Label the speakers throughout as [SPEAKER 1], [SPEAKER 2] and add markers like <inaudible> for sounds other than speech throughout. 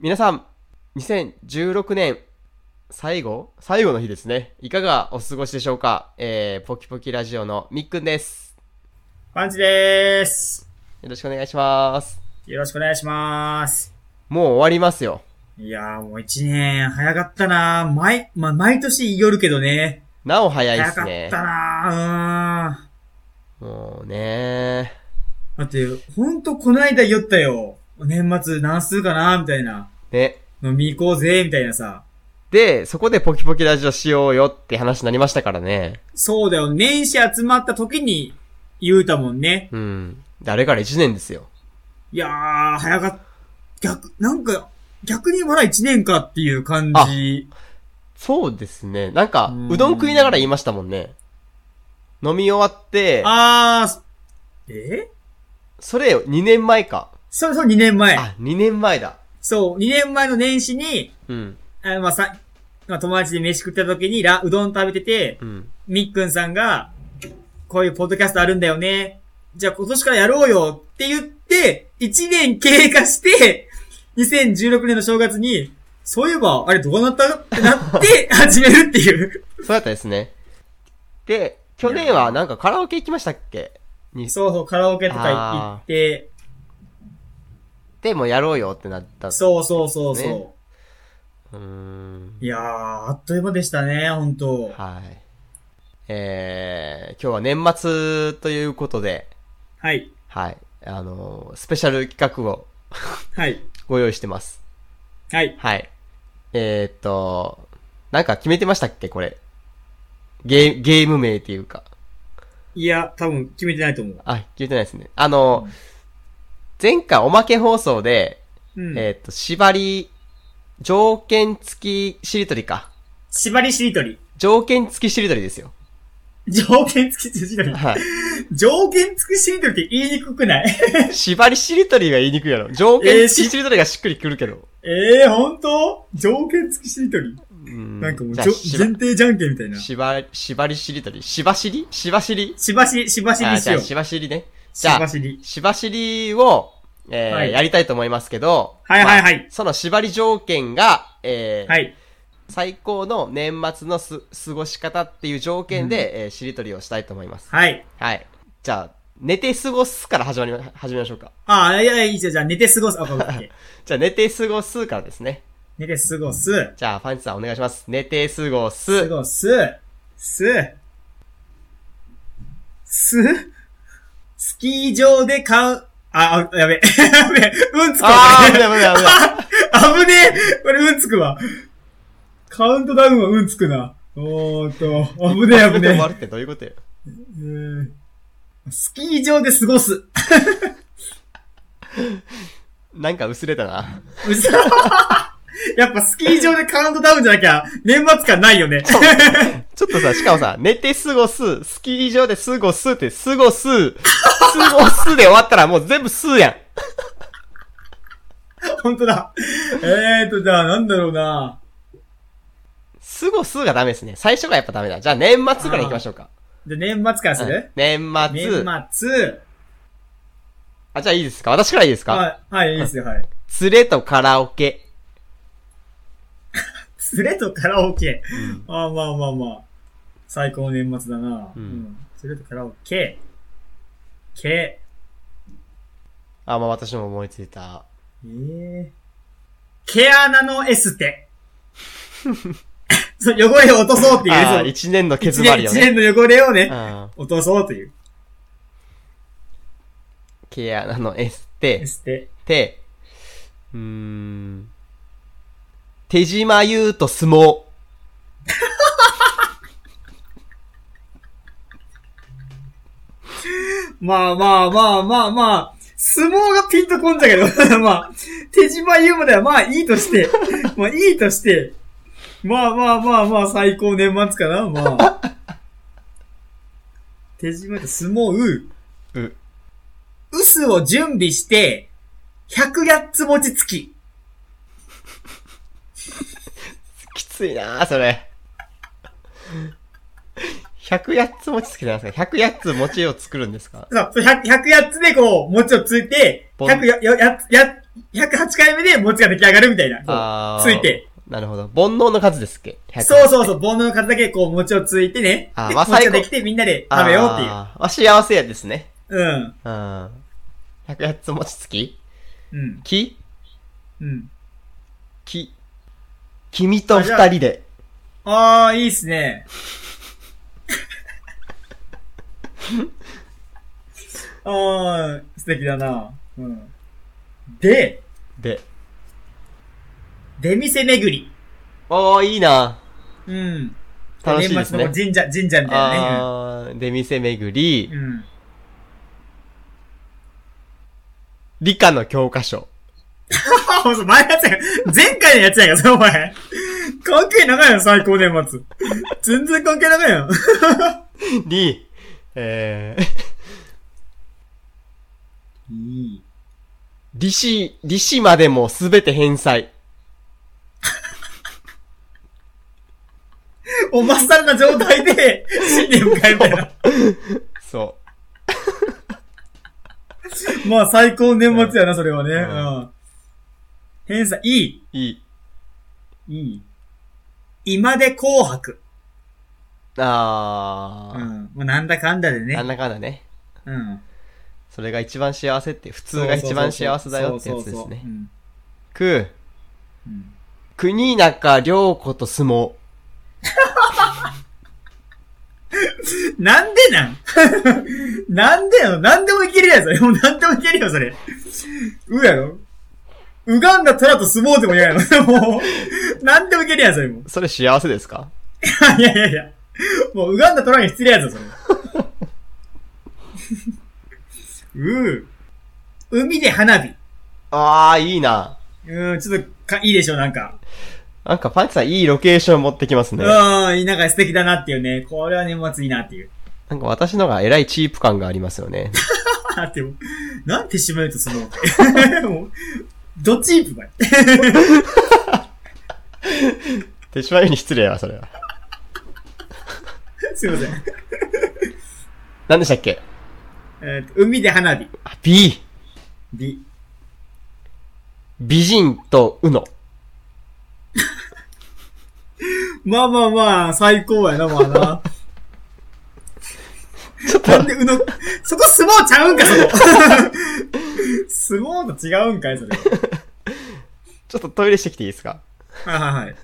[SPEAKER 1] 皆さん、2016年最後最後の日ですね。いかがお過ごしでしょうかえー、ポキポキラジオのみっくんです。
[SPEAKER 2] パンチでーす。
[SPEAKER 1] よろしくお願いします。
[SPEAKER 2] よろしくお願いします。
[SPEAKER 1] もう終わりますよ。
[SPEAKER 2] いやーもう一年早かったなー。毎、まあ、毎年言いよるけどね。
[SPEAKER 1] なお早いで
[SPEAKER 2] 早
[SPEAKER 1] す
[SPEAKER 2] かっ
[SPEAKER 1] ね。
[SPEAKER 2] たなー。う
[SPEAKER 1] もうね
[SPEAKER 2] ーん。だって、ほんとこないだ言ったよ。年末何数かなーみたいな。
[SPEAKER 1] ね。
[SPEAKER 2] 飲み行こうぜみたいなさ。
[SPEAKER 1] で、そこでポキポキラジオしようよって話になりましたからね。
[SPEAKER 2] そうだよ。年始集まった時に言うたもんね。
[SPEAKER 1] うん。誰から1年ですよ。
[SPEAKER 2] いやー、早かっ、逆、なんか、逆にまだ一年かっていう感じ。
[SPEAKER 1] そうですね。なんか
[SPEAKER 2] う、ん
[SPEAKER 1] うどん食いながら言いましたもんね。飲み終わって、
[SPEAKER 2] あー、え
[SPEAKER 1] それ2年前か。
[SPEAKER 2] そうそう、2年前。
[SPEAKER 1] あ、2年前だ。
[SPEAKER 2] そう、2年前の年始に、
[SPEAKER 1] うん。
[SPEAKER 2] あまあさ、まあ、友達で飯食ってた時にラ、うどん食べてて、
[SPEAKER 1] うん。
[SPEAKER 2] みっくんさんが、こういうポッドキャストあるんだよね。じゃあ今年からやろうよって言って、1年経過して、2016年の正月に、そういえば、あれどうなったってなって、
[SPEAKER 1] <laughs>
[SPEAKER 2] 始めるっていう。
[SPEAKER 1] そうだったですね。で、去年はなんかカラオケ行きましたっけに
[SPEAKER 2] そうそう、カラオケとか行って、
[SPEAKER 1] でもやろうよってなった。
[SPEAKER 2] そうそうそうそ
[SPEAKER 1] ね
[SPEAKER 2] う。
[SPEAKER 1] うーん。
[SPEAKER 2] いやー、あっという間でしたね、本当
[SPEAKER 1] はい。えー、今日は年末ということで、
[SPEAKER 2] はい。
[SPEAKER 1] はい。あのースペシャル企画を
[SPEAKER 2] はい。
[SPEAKER 1] ご用意してます。
[SPEAKER 2] はい。
[SPEAKER 1] はい。えー、っと、なんか決めてましたっけこれ。ゲー、ゲーム名っていうか。
[SPEAKER 2] いや、多分決めてないと思う。
[SPEAKER 1] あ、決めてないですね。あの、前回おまけ放送で、
[SPEAKER 2] うん。
[SPEAKER 1] えー、っと、縛り、条件付きしりとりか。
[SPEAKER 2] 縛りしりとり。
[SPEAKER 1] 条件付きしりとりですよ。
[SPEAKER 2] 条件付きしりとり。 <laughs>
[SPEAKER 1] はい。
[SPEAKER 2] 条件付きしりとりって言いにくくない <laughs>
[SPEAKER 1] 縛りしりとりが言いにくいやろ。条件付きしりとりがしっくりくるけど。
[SPEAKER 2] ええー、ほんと条件付きしりとり。
[SPEAKER 1] うん
[SPEAKER 2] なんかもう、
[SPEAKER 1] じ
[SPEAKER 2] じ
[SPEAKER 1] ゃあ
[SPEAKER 2] ょ前
[SPEAKER 1] しば
[SPEAKER 2] 提じゃんけんみたいな。し
[SPEAKER 1] 縛り、縛りしりとり。しばしりしばしり
[SPEAKER 2] ばしり、しばし
[SPEAKER 1] あ
[SPEAKER 2] り
[SPEAKER 1] ー
[SPEAKER 2] し
[SPEAKER 1] じゃ
[SPEAKER 2] よ
[SPEAKER 1] あ、
[SPEAKER 2] う。
[SPEAKER 1] し
[SPEAKER 2] し
[SPEAKER 1] ばしりね。じゃあ
[SPEAKER 2] ば、しり。
[SPEAKER 1] しばしりを、えー
[SPEAKER 2] はい
[SPEAKER 1] やりたいと思いますけど、
[SPEAKER 2] はいはいはい
[SPEAKER 1] まあその縛り条件が、えー
[SPEAKER 2] はい。
[SPEAKER 1] 最高の年末のす過ごし方っていう条件で、えーしりとりをしたいと思います。
[SPEAKER 2] はい。
[SPEAKER 1] はい。じゃあ、寝て過ごすから始まりま、始めましょうか。
[SPEAKER 2] ああ、いやいや、いいじゃんじゃあ寝て過ごす。あ、ごめんごめん
[SPEAKER 1] じゃあ、寝て過ごすからですね。
[SPEAKER 2] 寝て過ごす。
[SPEAKER 1] じゃあ、パンチさんお願いします。寝て過ご
[SPEAKER 2] 過
[SPEAKER 1] す。
[SPEAKER 2] ごす。す。す。スキー場で買う。あ、あやべ。 <laughs> やべ。うんつこう
[SPEAKER 1] あ <laughs> ー、危ない危ない危ない。
[SPEAKER 2] 危ねえこれうんつくわ。カウントダウンはうんつくな。おーっと、危ねえ
[SPEAKER 1] で
[SPEAKER 2] 危ね
[SPEAKER 1] 終わるってどういうことよ。
[SPEAKER 2] えうん。スキー場で過ごす。 <laughs>
[SPEAKER 1] なんか薄れたな。
[SPEAKER 2] うそやっぱスキー場でカウントダウンじゃなきゃ、年末感ないよね。
[SPEAKER 1] ちょっとさ、しかもさ、寝て過ごす、スキー場で過ごすって、過ごす、過ごすで終わったらもう全部すやん。
[SPEAKER 2] <laughs> 本当だ。えーと、じゃあなんだろうな。
[SPEAKER 1] 過ごすがダメですね。最初がやっぱダメだ。じゃあ年末から行きましょうか。
[SPEAKER 2] じゃあ年末からす
[SPEAKER 1] うん
[SPEAKER 2] る、
[SPEAKER 1] 年末。
[SPEAKER 2] 年末。
[SPEAKER 1] あ、じゃあいいですか私からいいですか、
[SPEAKER 2] はい、はい、いいですよ、はい。
[SPEAKER 1] 連れとカラオケ。
[SPEAKER 2] 連れとカラオケ。ああ、まあまあまあ。最高の年末だな。
[SPEAKER 1] う
[SPEAKER 2] うんん。連れとカラオケ。け。
[SPEAKER 1] あ、まあ私も思いついた。
[SPEAKER 2] ええ毛穴のエステ。 <laughs> そう汚れを落とそうっていうね
[SPEAKER 1] あ
[SPEAKER 2] そ
[SPEAKER 1] あ、
[SPEAKER 2] う。
[SPEAKER 1] 一年の
[SPEAKER 2] 一
[SPEAKER 1] 決ま
[SPEAKER 2] 年、
[SPEAKER 1] りよ
[SPEAKER 2] 一
[SPEAKER 1] ね。
[SPEAKER 2] 年の汚れをね、
[SPEAKER 1] うん。
[SPEAKER 2] 落とそうという。
[SPEAKER 1] ケアなの、エステ
[SPEAKER 2] エ、ステ。
[SPEAKER 1] て、うーん。手島優と相撲。
[SPEAKER 2] まあまあまあまあまあ、相撲がピンとこんじゃけど、 <laughs> まあ、手島優まではまあいいとして、 <laughs> まあいいとして、まあまあまあまあ最高年末かな、ま
[SPEAKER 1] <laughs>
[SPEAKER 2] あ。手島優と相撲う。
[SPEAKER 1] う、
[SPEAKER 2] 薄を準備して、100やつ持ちつき。
[SPEAKER 1] きついなあそれ。 108つ餅つけてますか ?108 つ餅を作るんですか
[SPEAKER 2] そう、100、108つでこう、餅をついて、
[SPEAKER 1] ポン
[SPEAKER 2] 100や、や、や、108回目で餅が出来上がるみたいな。こ
[SPEAKER 1] あ
[SPEAKER 2] う
[SPEAKER 1] ー
[SPEAKER 2] ついて。。
[SPEAKER 1] なるほど。煩悩の数ですっけ
[SPEAKER 2] そうそうそう、煩悩の数だけこう、餅をついてね。
[SPEAKER 1] あー
[SPEAKER 2] で
[SPEAKER 1] まあ
[SPEAKER 2] 餅
[SPEAKER 1] 最
[SPEAKER 2] が
[SPEAKER 1] 後
[SPEAKER 2] できてみんなで食べようっていう。
[SPEAKER 1] あーまあ幸せやですね。
[SPEAKER 2] うん。
[SPEAKER 1] うん。108つ餅つき
[SPEAKER 2] うん。
[SPEAKER 1] き
[SPEAKER 2] うん。
[SPEAKER 1] き、君と二人で。
[SPEAKER 2] ああ、いいっすね。 <laughs> ああ、素敵だな。うん。で、
[SPEAKER 1] で。
[SPEAKER 2] 出店巡り。
[SPEAKER 1] おー、いいな。
[SPEAKER 2] うん。
[SPEAKER 1] 楽しいですね
[SPEAKER 2] 年末の神社、神社みたいなね。
[SPEAKER 1] あー、出店巡り
[SPEAKER 2] う、ん。
[SPEAKER 1] 理科の教科書。
[SPEAKER 2] あ、そう、前のやつや。前回のやつやんか、それお前。関係長いよ、最高年末。全然関係長いよ。
[SPEAKER 1] に、えー、 <laughs>
[SPEAKER 2] いい。
[SPEAKER 1] 利子、利子までもすべて返済。
[SPEAKER 2] お、まっさらな状態で、新年迎えみたいな。
[SPEAKER 1] そ
[SPEAKER 2] まあ、最高年末やな、それはね。
[SPEAKER 1] うん
[SPEAKER 2] うん。偏差、いい。
[SPEAKER 1] う。いい。
[SPEAKER 2] いい。今で紅白。
[SPEAKER 1] あ
[SPEAKER 2] う
[SPEAKER 1] ー、
[SPEAKER 2] ん。もうなんだかんだで
[SPEAKER 1] なん
[SPEAKER 2] ね。
[SPEAKER 1] だかんだね。
[SPEAKER 2] うん。
[SPEAKER 1] それが一番幸せって、普通が一番幸せだよってやつです
[SPEAKER 2] そうそうそうそう
[SPEAKER 1] ね
[SPEAKER 2] う。ん
[SPEAKER 1] く、
[SPEAKER 2] うん
[SPEAKER 1] 国中良子と相撲。
[SPEAKER 2] なんでなん <laughs> なんでよ、なんでもいけるやん、それ。もうなんでもいけるよ、それ。うやろウガンダトラと相撲でも嫌やろ。もう、なんでもいけるやん、それもう。 <laughs>
[SPEAKER 1] それ幸せですか
[SPEAKER 2] いやいやいや。もう、ウガンダトラに失礼やぞ、それ。うー。海で花火。
[SPEAKER 1] あー、いいな。
[SPEAKER 2] うん、ちょっとか、いいでしょ、なんか。
[SPEAKER 1] なんかパンチさんいいロケーション持ってきますね。
[SPEAKER 2] うん、なんか素敵だなっていうね。これは年末いいなっていう。 <laughs>
[SPEAKER 1] なんか私のがえらいチープ感がありますよね。
[SPEAKER 2] あ、でも、なんてしまうとその、 <laughs> もう、どっちいくばい。
[SPEAKER 1] 手島に失礼やわ、それは。
[SPEAKER 2] すいません。
[SPEAKER 1] 何でしたっけ
[SPEAKER 2] えーと、海で花火。
[SPEAKER 1] あ、B。
[SPEAKER 2] 美。
[SPEAKER 1] 美人とうの。
[SPEAKER 2] まあまあまあ、最高やな、まあ
[SPEAKER 1] <laughs>
[SPEAKER 2] な。
[SPEAKER 1] ちょっと
[SPEAKER 2] なんで、うの、そこ相撲ちゃうんか、そこ。 <laughs> 相撲と違うんかい、それ。
[SPEAKER 1] ちょっとトイレしてきていいですか
[SPEAKER 2] はいはいはい。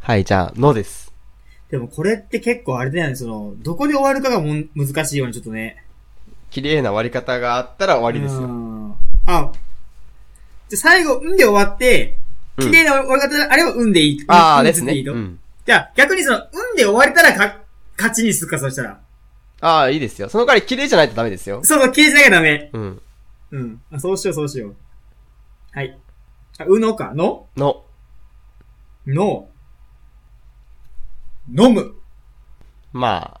[SPEAKER 1] はい、じゃあ、のです。
[SPEAKER 2] でもこれって結構あれだよね、その、どこで終わるかがもん難しいよね、ちょっとね。
[SPEAKER 1] 綺麗な割り方があったら終わ
[SPEAKER 2] あ
[SPEAKER 1] りですよ。
[SPEAKER 2] あ、じゃあ最後、うんで終わって、
[SPEAKER 1] うん
[SPEAKER 2] 綺麗な終わり方であればうんでいい。
[SPEAKER 1] ああ、
[SPEAKER 2] うん
[SPEAKER 1] です
[SPEAKER 2] うん
[SPEAKER 1] ね。
[SPEAKER 2] いいと
[SPEAKER 1] うん。
[SPEAKER 2] じゃあ逆にその、うんで終われたらか、勝ちにするか、そしたら。
[SPEAKER 1] ああ、いいですよ。その代わり綺麗じゃないとダメですよ。
[SPEAKER 2] そうそう、気にしなきゃダメ。
[SPEAKER 1] うん。
[SPEAKER 2] うん。あ、そうしよう、そうしよう。はい。あ、うのか、の
[SPEAKER 1] の。
[SPEAKER 2] の、飲む。
[SPEAKER 1] まあ、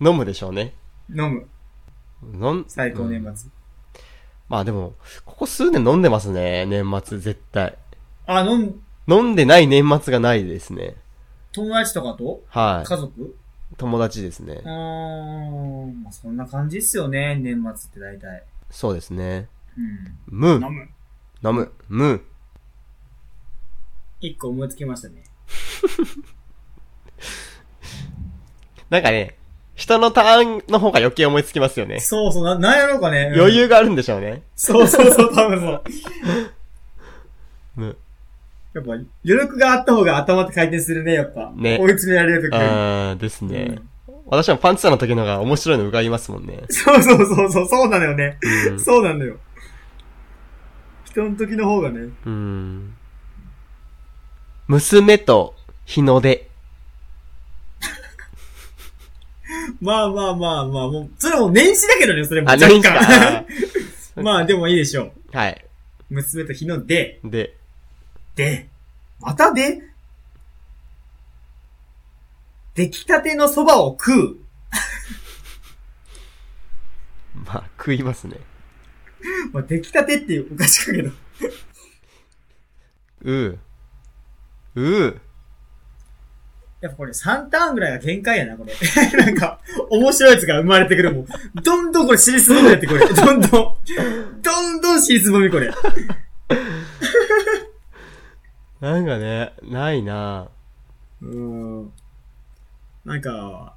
[SPEAKER 1] 飲むでしょうね。
[SPEAKER 2] 飲む。
[SPEAKER 1] 飲ん、
[SPEAKER 2] 最高年
[SPEAKER 1] うん
[SPEAKER 2] 末。
[SPEAKER 1] まあでも、ここ数年飲んでますね。年末、絶対。
[SPEAKER 2] あ、飲ん、
[SPEAKER 1] 飲んでない年末がないですね。
[SPEAKER 2] 友達とかと
[SPEAKER 1] は
[SPEAKER 2] 家族
[SPEAKER 1] い。友達ですね
[SPEAKER 2] う。ーん、まあ、そんな感じっすよね、年末って大体。
[SPEAKER 1] そうですね。
[SPEAKER 2] う
[SPEAKER 1] む
[SPEAKER 2] ん。、飲む。
[SPEAKER 1] 飲む、む。
[SPEAKER 2] 一個思いつきましたね。
[SPEAKER 1] なんかね、人のターンの方が余計思いつきますよね。
[SPEAKER 2] そうそう、な、なんやろうかね。うん
[SPEAKER 1] 余。裕があるんでしょうね。
[SPEAKER 2] そうそうそう、多分そう。
[SPEAKER 1] む。
[SPEAKER 2] やっぱ、余力があった方が頭って回転するね、やっぱ。
[SPEAKER 1] ね
[SPEAKER 2] 追い詰められるとき
[SPEAKER 1] あー、ですね。私もパンツさんの時のが面白いの伺いますもんね。
[SPEAKER 2] そうそうそうそう、そうなのよね。
[SPEAKER 1] うん
[SPEAKER 2] そうなのよ。人の時の方がね。
[SPEAKER 1] うん。娘と日の出。
[SPEAKER 2] まあまあまあまあ、もう、それもう年始だけどね、それも。
[SPEAKER 1] あ、
[SPEAKER 2] 若干
[SPEAKER 1] 何か。
[SPEAKER 2] <laughs> まあでもいいでしょ
[SPEAKER 1] はい。
[SPEAKER 2] う。娘と日の出、
[SPEAKER 1] で、
[SPEAKER 2] で、またで出来たての蕎麦を食う。
[SPEAKER 1] まあ、食いますね。
[SPEAKER 2] まあ、出来たてっていうお菓子かけど。
[SPEAKER 1] うー。うー。
[SPEAKER 2] やっぱこれ3ターンぐらいが限界やな、これ。 <laughs> なんか、面白いやつが生まれてくるもん。どんどんこれ尻すぼみやってこれ。どんどん。どんどん尻すぼみこれ。
[SPEAKER 1] なんかね、ないな
[SPEAKER 2] うん。なんか、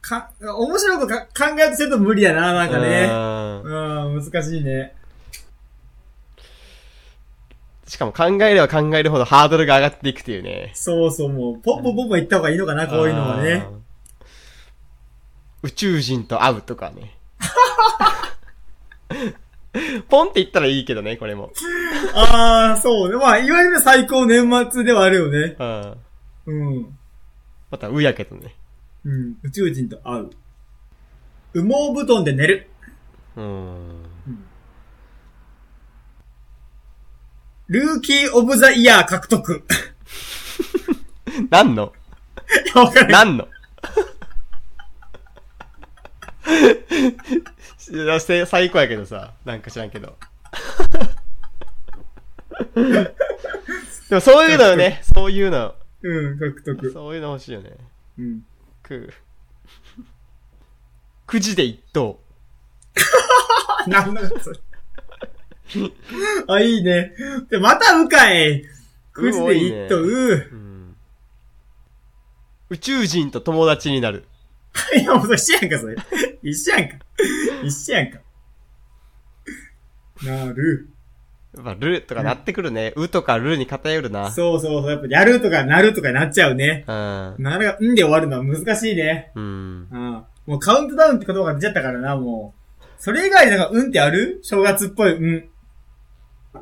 [SPEAKER 2] か、面白いことか考えてすると無理やな、なんか
[SPEAKER 1] ね。
[SPEAKER 2] ね。うん、難しいね。
[SPEAKER 1] しかも考えれば考えるほどハードルが上がっていくっていうね。
[SPEAKER 2] そうそう、もう、ポンポンポンポン行った方がいいのかな、こういうのはね
[SPEAKER 1] あ。ー。宇宙人と会うとかね。 <laughs> ポンって言ったらいいけどね、これも。
[SPEAKER 2] ああ、そうね。まあ、いわゆる最高年末ではあるよね。
[SPEAKER 1] うん。
[SPEAKER 2] うん。
[SPEAKER 1] また、うやけどね。
[SPEAKER 2] うん。宇宙人と会う。羽毛布団で寝る。
[SPEAKER 1] うーん。
[SPEAKER 2] ルーキー・オブ・ザ・イヤー獲得。
[SPEAKER 1] 何の
[SPEAKER 2] いやわかん <laughs> ない
[SPEAKER 1] 何のせ最高やけどさ、なんか知らんけ
[SPEAKER 2] <laughs>
[SPEAKER 1] ど。でもそういうのよね、そういうの、
[SPEAKER 2] <laughs> うん、獲得。
[SPEAKER 1] そういうの欲しいよね。
[SPEAKER 2] うん。
[SPEAKER 1] く、くじで一等。
[SPEAKER 2] あ、なんだそれ。 <laughs> あ、いいね。で、またうかい。くじで一等、
[SPEAKER 1] う
[SPEAKER 2] うー。
[SPEAKER 1] うん宇宙人と友達になる。
[SPEAKER 2] いや、もうそれ一緒やんか、それ。一緒やんか。一緒やんか。なる。
[SPEAKER 1] やっぱルとかなってくるね。うとかルに偏るな。
[SPEAKER 2] そうそうそう。やっぱ、やるとかなるとかなっちゃうね。
[SPEAKER 1] うん。
[SPEAKER 2] なるが、んで終わるのは難しいね。
[SPEAKER 1] うん。
[SPEAKER 2] うん。もうカウントダウンって言葉が出ちゃったからな、もう。それ以外なんか、うんってある正月っぽい、うん。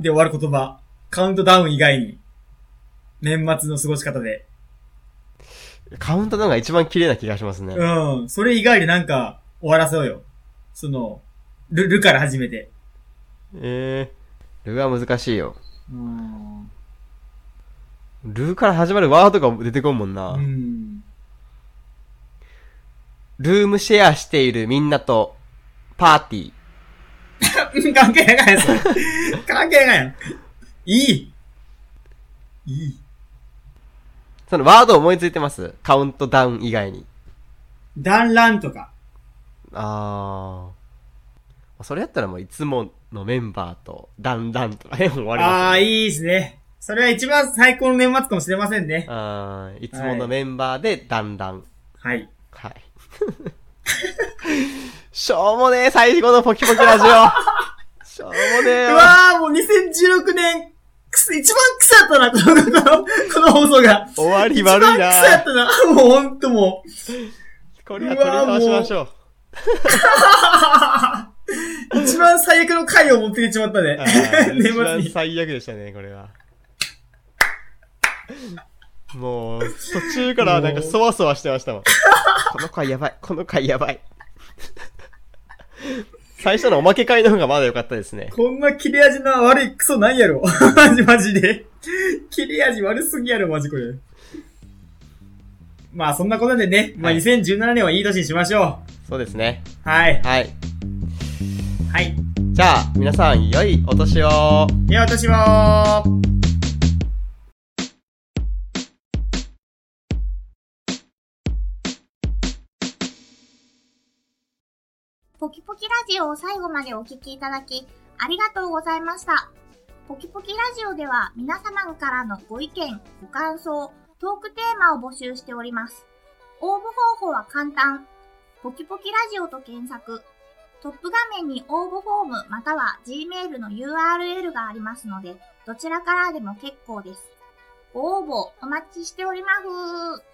[SPEAKER 2] で終わる言葉。カウントダウン以外に。年末の過ごし方で。
[SPEAKER 1] カウントダウンが一番綺麗な気がしますね。
[SPEAKER 2] うん。それ以外でなんか、終わらせようよ。その、る、るから始めて。
[SPEAKER 1] えー、ルは難しいよ。
[SPEAKER 2] うん。
[SPEAKER 1] ルから始まるワードが出てこんもんな。
[SPEAKER 2] うん。 <laughs>
[SPEAKER 1] ルームシェアしているみんなとパーティー。
[SPEAKER 2] 関係ないやん、それ。関係ないやん。いい。いい。
[SPEAKER 1] そのワード思いついてますカウントダウン以外に。
[SPEAKER 2] 団らんとか。
[SPEAKER 1] あー。それやったらもういつものメンバーと、だんだんとかね、終わり
[SPEAKER 2] あ
[SPEAKER 1] ま
[SPEAKER 2] あ、
[SPEAKER 1] す、ね。
[SPEAKER 2] いいですね。それは一番最高の年末かもしれませんね。
[SPEAKER 1] あーいつものメンバーで、だんだん。
[SPEAKER 2] はい。
[SPEAKER 1] はい。 <laughs> しょうもねえ、最後のポキポキラジオ。
[SPEAKER 2] <laughs>
[SPEAKER 1] しょうもねえ
[SPEAKER 2] う
[SPEAKER 1] よ。
[SPEAKER 2] わー、もう2016年、くす、一番草ったな、この、この、この放送が。
[SPEAKER 1] 終わり
[SPEAKER 2] 一
[SPEAKER 1] 悪
[SPEAKER 2] 番
[SPEAKER 1] い
[SPEAKER 2] 草やっ
[SPEAKER 1] な。
[SPEAKER 2] たな。もうほんともう。
[SPEAKER 1] これは取り直しましょう。
[SPEAKER 2] 一番最悪の回を持ってきてしまったね
[SPEAKER 1] あ。ー
[SPEAKER 2] <laughs> 年
[SPEAKER 1] 一
[SPEAKER 2] 末
[SPEAKER 1] 番
[SPEAKER 2] に。
[SPEAKER 1] 最悪でしたね、これは。もう、途中からなんかそわそわしてましたもん。この回やばい、この回やばい。最初のおまけ会の方がまだ良かったですね。
[SPEAKER 2] こんな切れ味の悪いクソないやろ。 <laughs> マジマジで。切れ味悪すぎやろ、マジこれ。まあそんなことでね、まあ
[SPEAKER 1] はい
[SPEAKER 2] 2017年はいい年にしましょ
[SPEAKER 1] そうですね。
[SPEAKER 2] う。はい。
[SPEAKER 1] はい。
[SPEAKER 2] はい。
[SPEAKER 1] じゃあ、皆さん、良いお年を。
[SPEAKER 2] では私は、
[SPEAKER 3] ポキポキラジオを最後までお聞きいただき、ありがとうございました。ポキポキラジオでは皆様からのご意見、ご感想、トークテーマを募集しております。応募方法は簡単。ポキポキラジオと検索。トップ画面に応募フォームまたは Gmail の URL がありますので、どちらからでも結構です。ご応募お待ちしております。